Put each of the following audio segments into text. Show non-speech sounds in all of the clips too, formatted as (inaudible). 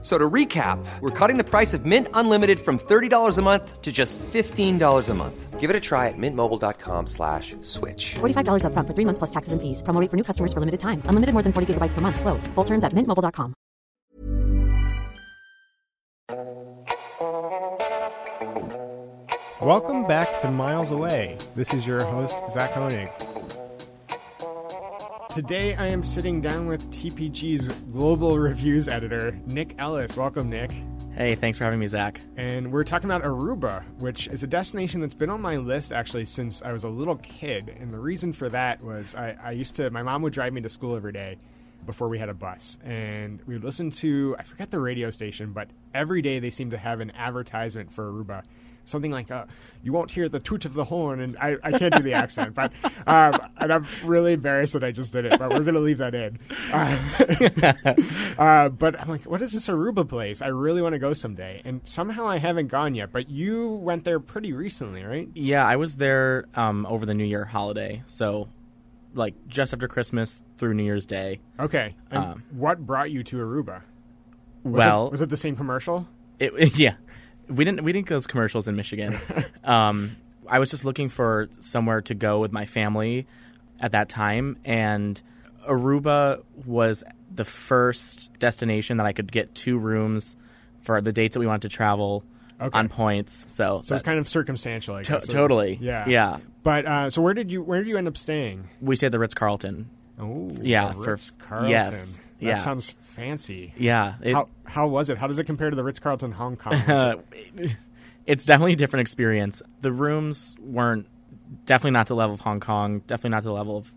So to recap, we're cutting the price of Mint Unlimited from $30 a month to just $15 a month. Give it a try at mintmobile.com slash switch. $45 upfront for three months plus taxes and fees. Promo rate for new customers for limited time. Unlimited more than 40 gigabytes per month. Slows. Full terms at mintmobile.com. Welcome back to Miles Away. This is your host, Zach Honig. Today I am sitting down with TPG's global reviews editor, Nick Ellis. Welcome, Nick. Hey, thanks for having me, Zach. And we're talking about Aruba, which is a destination that's been on my list actually since I was a little kid. And the reason for that was I, I used to, my mom would drive me to school every day before we had a bus. And we would listen to, I forget the radio station, but every day they seemed to have an advertisement for Aruba. Something like, uh, you won't hear the toot of the horn. And I, I can't do the accent, but um, and I'm really embarrassed that I just did it, but we're going to leave that in. Uh, but I'm like, what is this Aruba place? I really want to go someday. And somehow I haven't gone yet, but you went there pretty recently, right? Yeah, I was there um, over the New Year holiday, so like just after Christmas through New Year's Day. Okay. And what brought you to Aruba? Was Um, well, it, was it the same commercial? it- (laughs) yeah, we didn't we didn't get those commercials (laughs) in Michigan. um, I was just looking for somewhere to go with my family at that time, and Aruba was the first destination that I could get two rooms for the dates that we wanted to travel Okay. on points. So, So it's kind of circumstantial, I uh, to- guess. totally, Yeah. yeah. But uh, so where did you where did you end up staying? We stayed at the Ritz Carlton. Oh, Yeah, the for- Ritz Carlton. yes, that yeah. sounds fancy. Yeah, it- how how was it? How does it compare to the Ritz Carlton Hong Kong? which- Uh, (laughs) it's definitely a different experience. The rooms weren't definitely not to the level of Hong Kong, definitely not to the level of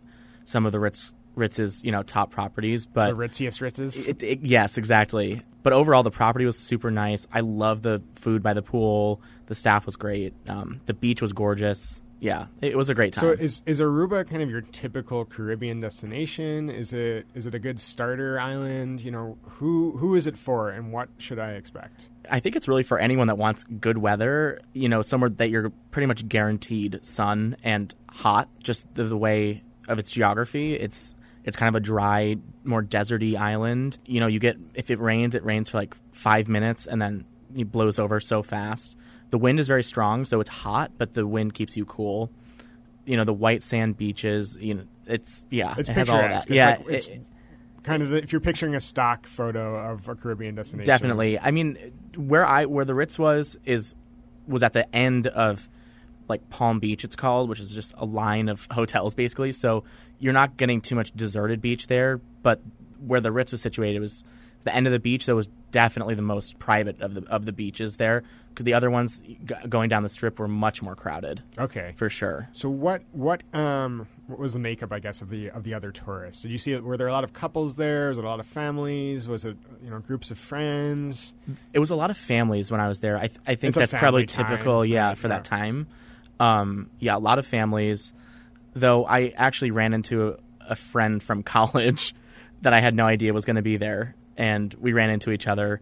some of the Ritz Ritz's you know top properties. the But ritziest Ritzes. it, it- yes, exactly. But overall, the property was super nice. I love the food by the pool. The staff was great. Um, the beach was gorgeous. Yeah, it, it was a great time. So is is Aruba kind of your typical Caribbean destination? Is it is it a good starter island? You know, who who is it for and what should I expect? I think it's really for anyone that wants good weather, you know, somewhere that you're pretty much guaranteed sun and hot, just the, the way of its geography. It's it's kind of a dry, more deserty island. You know, you get if it rains, it rains for like 5 minutes and then it blows over so fast. The wind is very strong, so it's hot, but the wind keeps you cool. You know, the white sand beaches, you know, it's yeah, It's it has all of picturesque. that. It's yeah, like- it's it- Kind of the, if you're picturing a stock photo of a Caribbean destination. Definitely. it's- I mean, where I where the Ritz was is was at the end of like Palm Beach, it's called, which is just a line of (laughs) hotels basically. So you're not getting too much deserted beach there, but where the Ritz was situated was the end of the beach. That was definitely the most private of the of the beaches there, because the other ones g- going down the strip were much more crowded Okay. for sure. so what what um what was the makeup I guess of the of the other tourists? Did you see were there a lot of couples there? Was it a lot of families? Was it you know groups of friends? It was a lot of families when I was there. I, th- I think It's a that's probably family time, typical, yeah, right, for yeah. that time. Um, yeah, a lot of families. Though I actually ran into a, a friend from (laughs) college that I had no idea was going to be there, and we ran into each other,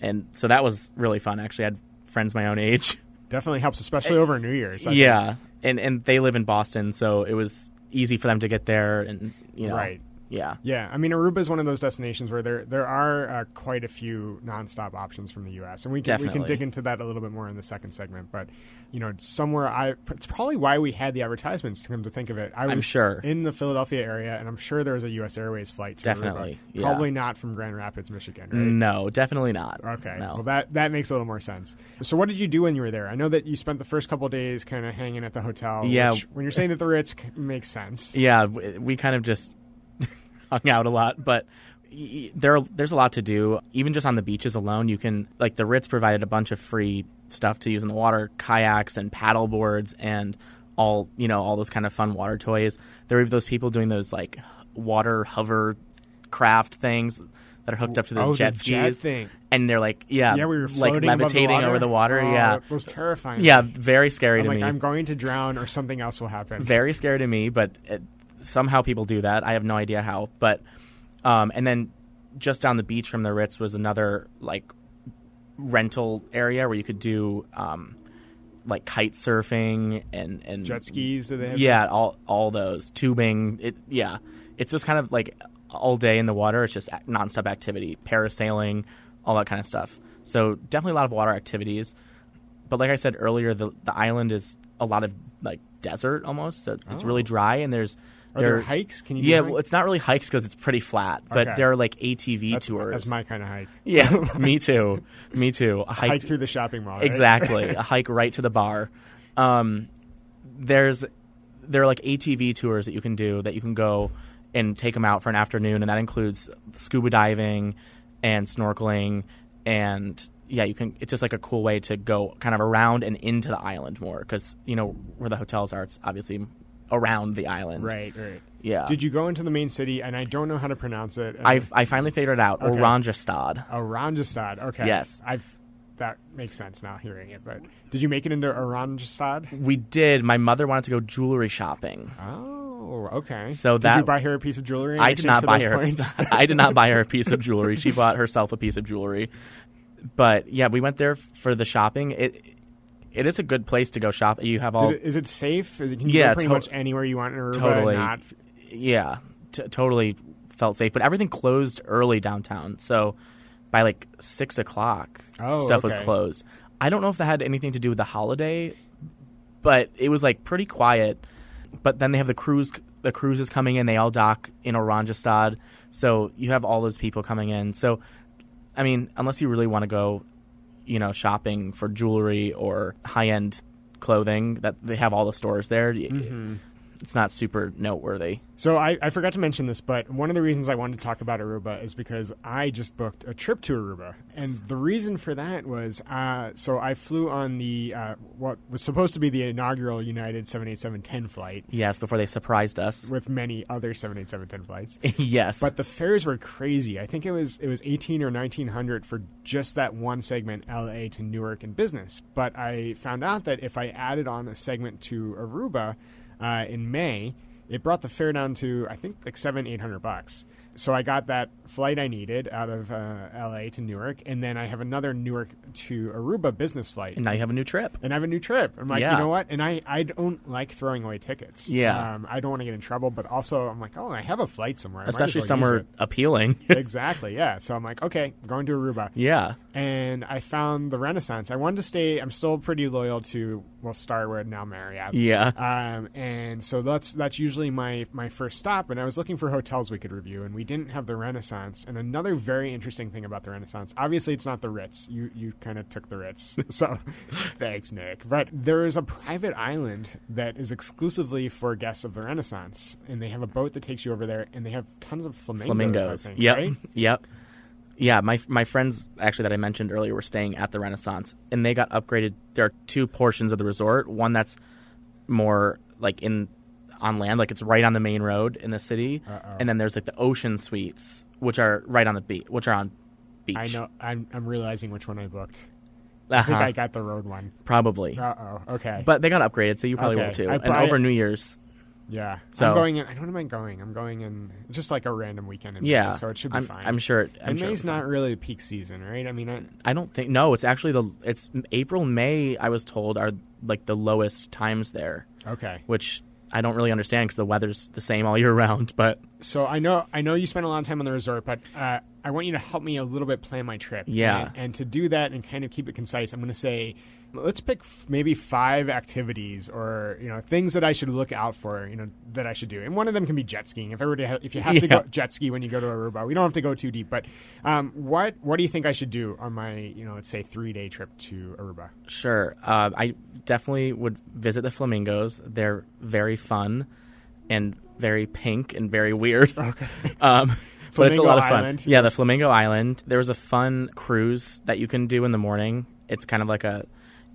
and so that was really fun. Actually, I had friends my own age. Definitely helps, Eh, especially over New Year's. I think. (laughs) yeah, and and they live in Boston, so it was easy for them to get there, and you know, Right. Yeah, Yeah, I mean Aruba is one of those destinations where there there are uh, quite a few nonstop options from the U.S. and we can we can Definitely. dig into that a little bit more in the second segment. But you know, it's somewhere I it's probably why we had the advertisements to come to think of it. I was sure. in the Philadelphia area, and I'm sure there was a U.S. Airways flight. To Definitely, Aruba. yeah. probably not from Grand Rapids, Michigan. Right? no, definitely not. Okay. no. Well, that that makes a little more sense. So, what did you do when you were there? I know that you spent the first couple days kind of hanging at the hotel. Yeah. which, when you're saying that the Ritz c- makes sense. Yeah, w- we kind of just (laughs) hung out a lot, but y- y- there there's a lot to do. Even just on the beaches alone, you can like the Ritz provided a bunch of free stuff to use in the water, kayaks and paddle boards and all, you know, all those kind of fun water toys. There are those people doing those like water hover craft things that are hooked up to the Oh, the jet jet skis thing. and they're like yeah, Yeah, we were Um, like floating above the levitating water. over the water, Oh, yeah. that was terrifying. Yeah, very scary I'm to like, me I'm going to drown or something else will happen. very scary to me, but it, somehow people do that. I have no idea how. But um, and then just down the beach from the Ritz was another like rental area where you could do um, like kite surfing and and Jet skis that they have. Yeah, all all those tubing. It yeah, it's just kind of like all day in the water. It's just ac- nonstop activity, parasailing, all that kind of stuff. So definitely a lot of water activities. But like I said earlier, the the island is a lot of like desert almost. So it's really dry and there's Oh. Are there hikes? Can you do Yeah, hikes? well, it's not really hikes because it's pretty flat, but Okay. there are like ATV that's, tours. that's my kind of hike. (laughs) yeah, me too, me too. A hike Hike through the shopping mall. right? Exactly, a hike right to the bar. Um, there's there are like ATV tours that you can do that you can go and take them out for an afternoon, and that includes scuba diving and snorkeling, and yeah, you can. It's just like a cool way to go kind of around and into the island more because you know where the hotels are. It's obviously around the (laughs) island, Right, right. Yeah. Did you go into the main city? And I don't know how to pronounce it. I I finally figured it out. Okay. Oranjestad. Oranjestad. Okay. Yes. I've that makes sense now hearing it. But did you make it into Oranjestad? We did. My mother wanted to go jewelry shopping. Oh, okay. So did that- you buy her a piece of jewelry? in I exchange did not for buy those her. points? (laughs) (laughs) I did not buy her a piece of jewelry. She bought herself a piece of jewelry. But yeah, we went there f- for the shopping. It it is a good place to go shop. You have all Did it- is it safe? Is it, can you Yeah, go pretty to- much anywhere you want in Aruba? and totally Not, yeah t- totally felt safe but everything closed early downtown so by like six o'clock Oh, stuff was okay. closed i don't know if that had anything to do with the holiday but it was like pretty quiet but then they have the cruise the cruises coming in they all dock in oranjestad so you have all those people coming in so i mean unless you really want to go you know shopping for jewelry or high end clothing that they have all the stores there y- Mm-hmm. it's not super noteworthy so I, I forgot to mention this, but one of the reasons I wanted to talk about Aruba is because I just booked a trip to Aruba, and the reason for that was uh, so I flew on the uh, what was supposed to be the inaugural United 787-10 flight Yes, before they surprised us. (laughs) with many other 787-10 flights. yes. But the fares were crazy. I think it was it was eighteen or nineteen hundred for just that one segment, L.A. to Newark and business. But I found out that if I added on a segment to Aruba uh, in May, it brought the fare down to I think like seven eight hundred bucks. So I got that flight I needed out of uh, L.A. to Newark, and then I have another Newark to Aruba business flight. and now you have a new trip. and I have a new trip. I'm like, Yeah. you know what? And I, I don't like throwing away tickets. Yeah. Um, I don't want to get in trouble, but also I'm like, oh, I have a flight somewhere. I might as Especially well use somewhere it. appealing. (laughs) exactly. Yeah. So I'm like, okay, going to Aruba. yeah. And I found the Renaissance. I wanted to stay. I'm still pretty loyal to well Starwood now Marriott. Yeah. Um, and so that's that's usually my my first stop. And I was looking for hotels we could review, and we didn't have the Renaissance. And another very interesting thing about the Renaissance, obviously, it's not the Ritz. You you kind of took the (laughs) Ritz, so thanks, Nick. But there is a private island that is exclusively for guests of the Renaissance, and they have a boat that takes you over there, and they have tons of flamingos. Flamingos. I think, Yep. right? Yep. Yeah, my my friends actually that I mentioned earlier were staying at the Renaissance and they got upgraded. There are two portions of the resort. One that's more like in on land, like it's right on the main road in the city. And then there's like the ocean suites, which are right on the beach, which are on beach. I know. I'm, I'm realizing which one I booked. I Uh-huh. think I got the road one. Probably. Uh oh. Okay. But they got upgraded, so you probably Okay. will too. I- and but I- over New Year's, yeah. So- I'm going in. I don't know when I'm going. I'm going in just like a random weekend. In May, Yeah, so it should be I'm- fine. I'm sure it- I'm and sure May's it'll be not really the peak season, right? I mean, I, I don't think no. It's actually the it's April May. I was told are like the lowest times there, okay. which I don't really understand because the weather's the same all year (laughs) round. But So I know I know you spent a lot of time on the resort, but uh, I want you to help me a little bit plan my trip. Yeah. And, and to do that and kind of keep it concise, I'm going to say let's pick f- maybe five activities or you know things that I should look out for, you know that I should do. And one of them can be jet skiing. If I were to, ha- if you have to go Yeah. jet ski when you go to Aruba, we don't have to go too deep. But um, what what do you think I should do on my you know let's say three day trip to Aruba? sure, uh, I definitely would visit the flamingos. They're very fun and very pink and very weird. Okay. (laughs) um, but it's a Flamingo lot of fun. Island, yeah, the yes. Flamingo Island. There was a fun cruise that you can do in the morning. It's kind of like a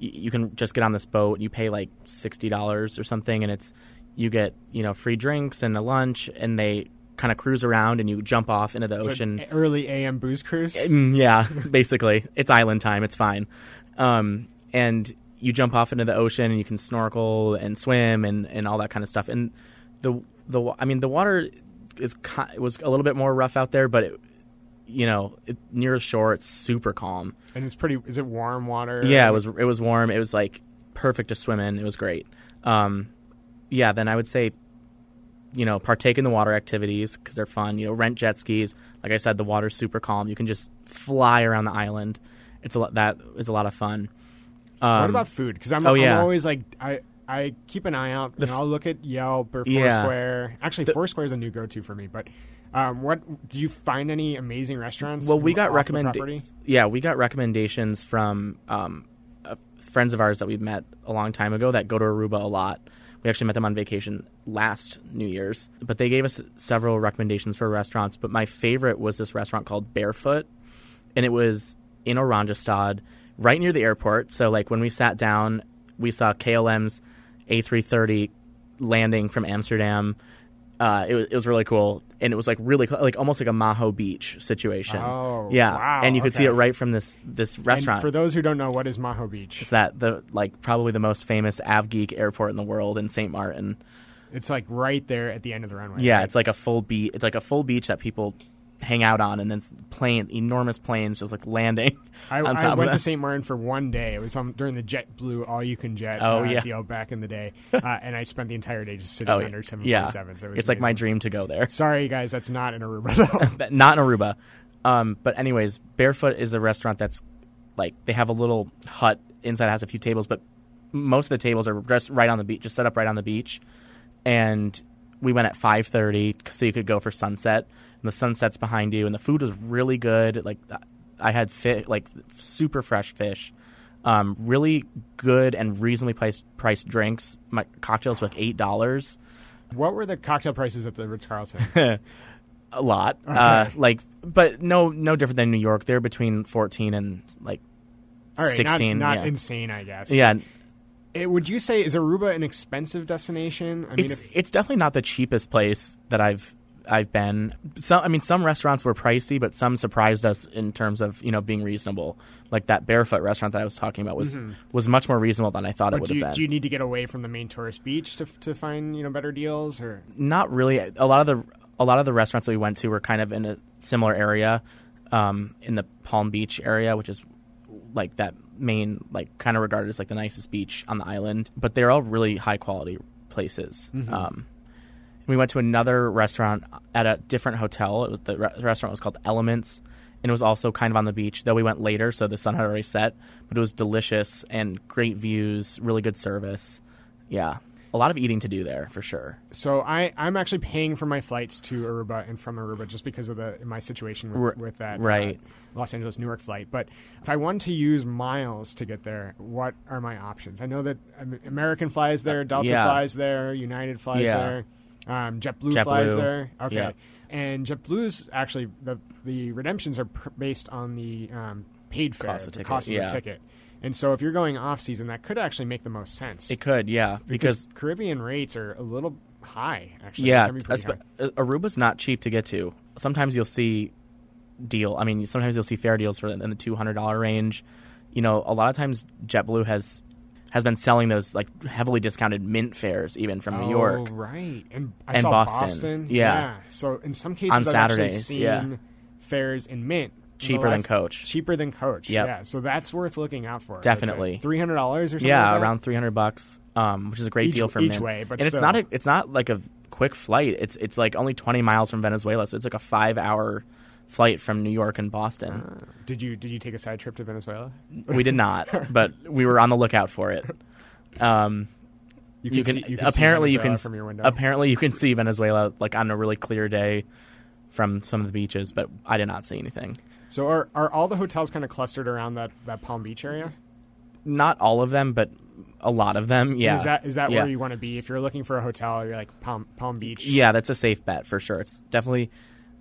y- you can just get on this boat. You pay like sixty dollars or something, and it's you get you know free drinks and a lunch, and they kind of cruise around, and you jump off into the So ocean. early AM booze cruise. Mm, yeah, basically, it's island time. It's fine. Um, and you jump off into the ocean, and you can snorkel and swim and, and all that kind of stuff. And the the wa- I mean, the water is ki- was a little bit more rough out there, but it, you know, it, near shore, it's super calm. And it's pretty. Is it warm water? Yeah, it was it was warm. It was like perfect to swim in. It was great. Um, yeah, then I would say, you know, partake in the water activities because they're fun. You know, rent jet skis. Like I said, the water's super calm. You can just fly around the island. It's a lot. That is a lot of fun. Um, what about food? Because I'm, oh, I'm yeah. always like I. I keep an eye out, and I'll look at Yelp or Yeah. Foursquare. Actually, Foursquare is a new go-to for me. But um, what do you find any amazing restaurants? Well, we off got the property? recommendations. Yeah, we got recommendations from um, uh, friends of ours that we met a long time ago that go to Aruba a lot. We actually met them on vacation last New Year's, but they gave us several recommendations for restaurants. But my favorite was this restaurant called Barefoot, and it was in Oranjestad, right near the airport. So, like when we sat down, we saw KLM's A330 landing from Amsterdam. Uh, it, was, it was really cool, and it was like really cl- like almost like a Maho Beach situation. Oh, yeah, wow, and you could see okay. it right from this this restaurant. And for those who don't know, what is Maho Beach? It's that the like probably the most famous Avgeek airport in the world in St. Martin. It's like right there at the end of the runway. Yeah, right? it's like a full beach. It's like a full beach that people hang out on, and then s- plane enormous planes just like landing I, (laughs) on I top went of to that. St. Martin for one day. It was on, during the JetBlue All You Can Jet Oh, uh, yeah. deal back in the (laughs) day, uh, and I spent the entire day just sitting Oh, under yeah, 747. So it was it's like my amazing. dream to (laughs) go there. Sorry, guys, that's not in Aruba. (laughs) Though. That- Not in Aruba, um, but anyways, Barefoot is a restaurant that's like they have a little hut inside that has a few tables, but most of the tables are just right on the beach, just set up right on the beach. And we went at five thirty, so you could go for sunset. And the sunset's behind you, and the food was really good. Like I had fit, like super fresh fish, um, really good and reasonably priced priced drinks. My cocktails were like eight dollars. what were the cocktail prices at the Ritz Carlton? a lot. Uh, like, but no, no different than New York. They're between fourteen and like All right, sixteen. Not, not yeah. insane, I guess. yeah, Eh, would you say is Aruba an expensive destination? I mean, it's if, it's definitely not the cheapest place that I've I've been. Some, I mean, some restaurants were pricey, but some surprised us in terms of you know being reasonable. Like that barefoot restaurant that I was talking about was was much more reasonable than I thought it Mm-hmm. but would do you, have been. do you need to get away from the main tourist beach to, f- to find you know better deals? Or not really. A lot of the a lot of the restaurants that we went to were kind of in a similar area, um, in the Palm Beach area, which is like that main like kind of regarded as like the nicest beach on the island. But they're all really high quality places. Um, we went to another restaurant at a different hotel. It was the re- restaurant was called Elements, and it was also kind of on the beach. Though we went later, so the sun had already set. But it was delicious and great views, really good service. Yeah, a lot of eating to do there for sure. so I I'm actually paying for my flights to Aruba and from Aruba just because of the my situation with, R- with that uh, right. Los Angeles Newark flight. But if I want to use miles to get there, what are my options? I know that um, American flies there, Delta yeah. flies there, United flies Yeah. there, um, JetBlue, JetBlue, flies there. Okay. yeah. And JetBlue's actually the the redemptions are pr- based on the um, paid fare, Cost of the ticket, cost of yeah. the ticket. And so if you're going off season, that could actually make the most sense. It could, yeah, because, Caribbean rates are a little high, actually. They yeah, can be pretty espe- high. uh, Aruba's not cheap to get to. Sometimes you'll see deal. I mean, sometimes you'll see fair deals for in the two hundred dollar range. You know, a lot of times JetBlue has has been selling those like heavily discounted mint fares even from New York. Oh, right. And I And saw Boston. Boston. Yeah. So in some cases, I've On actually Saturdays, seen yeah. fares in Mint. in the Cheaper than left- Coach. Cheaper than Coach. Yep. Yeah. So that's worth looking out for. Definitely. Three hundred dollars or something. Yeah, like that? around three hundred bucks, um, which is a great Each- deal for each Mint. way, but and it's still. not a, it's not like a quick flight. It's it's like only twenty miles from Venezuela, so it's like a five hour flight from New York and Boston. Did you did you take a side trip to Venezuela? We (laughs) did not, but we were on the lookout for it. Um, you can, see- you see apparently you Venezuela can from your window. apparently you can see Venezuela like on a really clear day from some of the beaches, but I did not see anything. so are are all the hotels kind of clustered around that, that Palm Beach area? Not all of them, but a lot of them. Yeah, Is that is that yeah. where you want to be if you're looking for a hotel? You're like Palm Palm Beach. Yeah, that's a safe bet for sure. It's definitely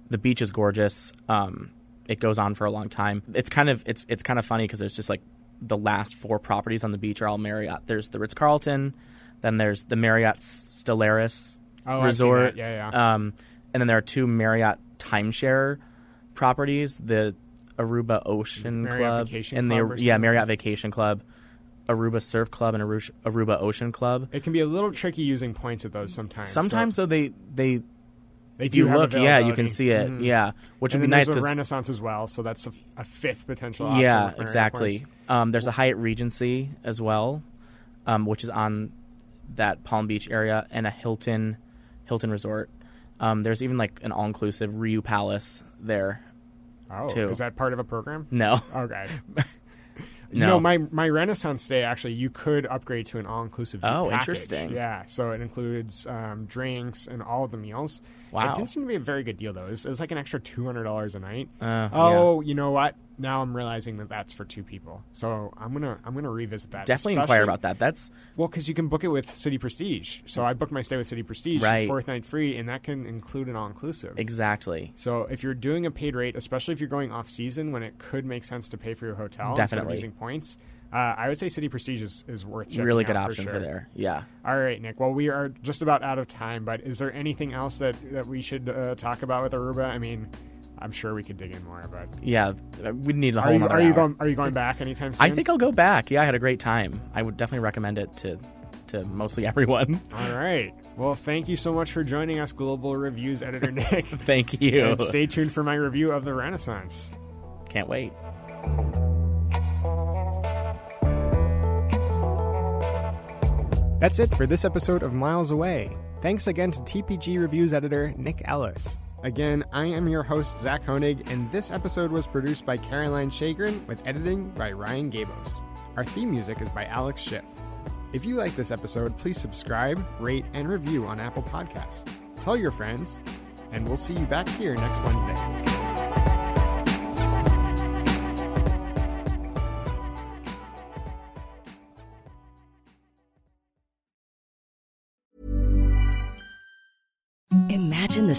the beach is gorgeous. Um, it goes on for a long time. It's kind of it's it's kind of funny because there's just like the last four properties on the beach are all Marriott. There's the Ritz Carlton, then there's the Marriott S- Stellaris Oh, I've seen Resort, that. Yeah, yeah. Um, and then there are two Marriott timeshare properties: the Aruba Ocean Marriott Club Vacation and Club or the yeah something. Marriott Vacation Club, Aruba Surf Club, and Arush- Aruba Ocean Club. It can be a little tricky using points at those sometimes. so- Sometimes though they they They if you do have look, yeah, you availability. can see it. Mhm. Yeah, which and would be then nice there's to a s- Renaissance as well, so that's a, f- a fifth potential. option Mm-hmm. Yeah, with Mariana exactly. Points. Um, there's a Hyatt Regency as well, um, which is on that Palm Beach area, and a Hilton Hilton Resort. Um, there's even like an all inclusive Ryu Palace there. Oh, too. is that part of a program? No, Okay. No. You know, my my Renaissance Day actually, you could upgrade to an all inclusive. Oh, interesting. Yeah, so it includes um, drinks and all of the meals. Wow. it didn't seem to be a very good deal though. It was, it was like an extra two hundred dollars a night. Uh, oh, you know what? Now I'm realizing that that's for two people. So I'm gonna I'm gonna revisit that. (laughs) definitely inquire especially- about that. That's Well, because you can book it with City Prestige. So I booked my stay with City Prestige, Right. fourth night free, and that can include an all inclusive. exactly So if you're doing a paid rate, especially if you're going off season when it could make sense to pay for your hotel instead of Definitely. using points, uh, I would say City Prestige is, is worth checking really good out option for, sure. there. Yeah. All right, Nick. Well, we are just about out of time, but is there anything else that, that we should uh, talk about with Aruba? I mean, I'm sure we could dig in more, but Yeah, we need a whole are you, nother are you hour. going are you going back anytime soon? I think I'll go back. Yeah, I had a great time. I would definitely recommend it to to mostly (laughs) everyone. All right. Well, thank you so much for joining us, Global Reviews editor (laughs) Nick. Thank you. and stay tuned for my review of the Renaissance. Can't wait. That's it for this episode of Miles Away. Thanks again to TPG Reviews editor Nick Ellis. Again, I am your host, Zach Honig, and this episode was produced by Caroline Shagrin with editing by Ryan Gabos. Our theme music is by Alex Schiff. If you like this episode, please subscribe, rate, and review on Apple Podcasts. Tell your friends, and we'll see you back here next Wednesday. Imagine the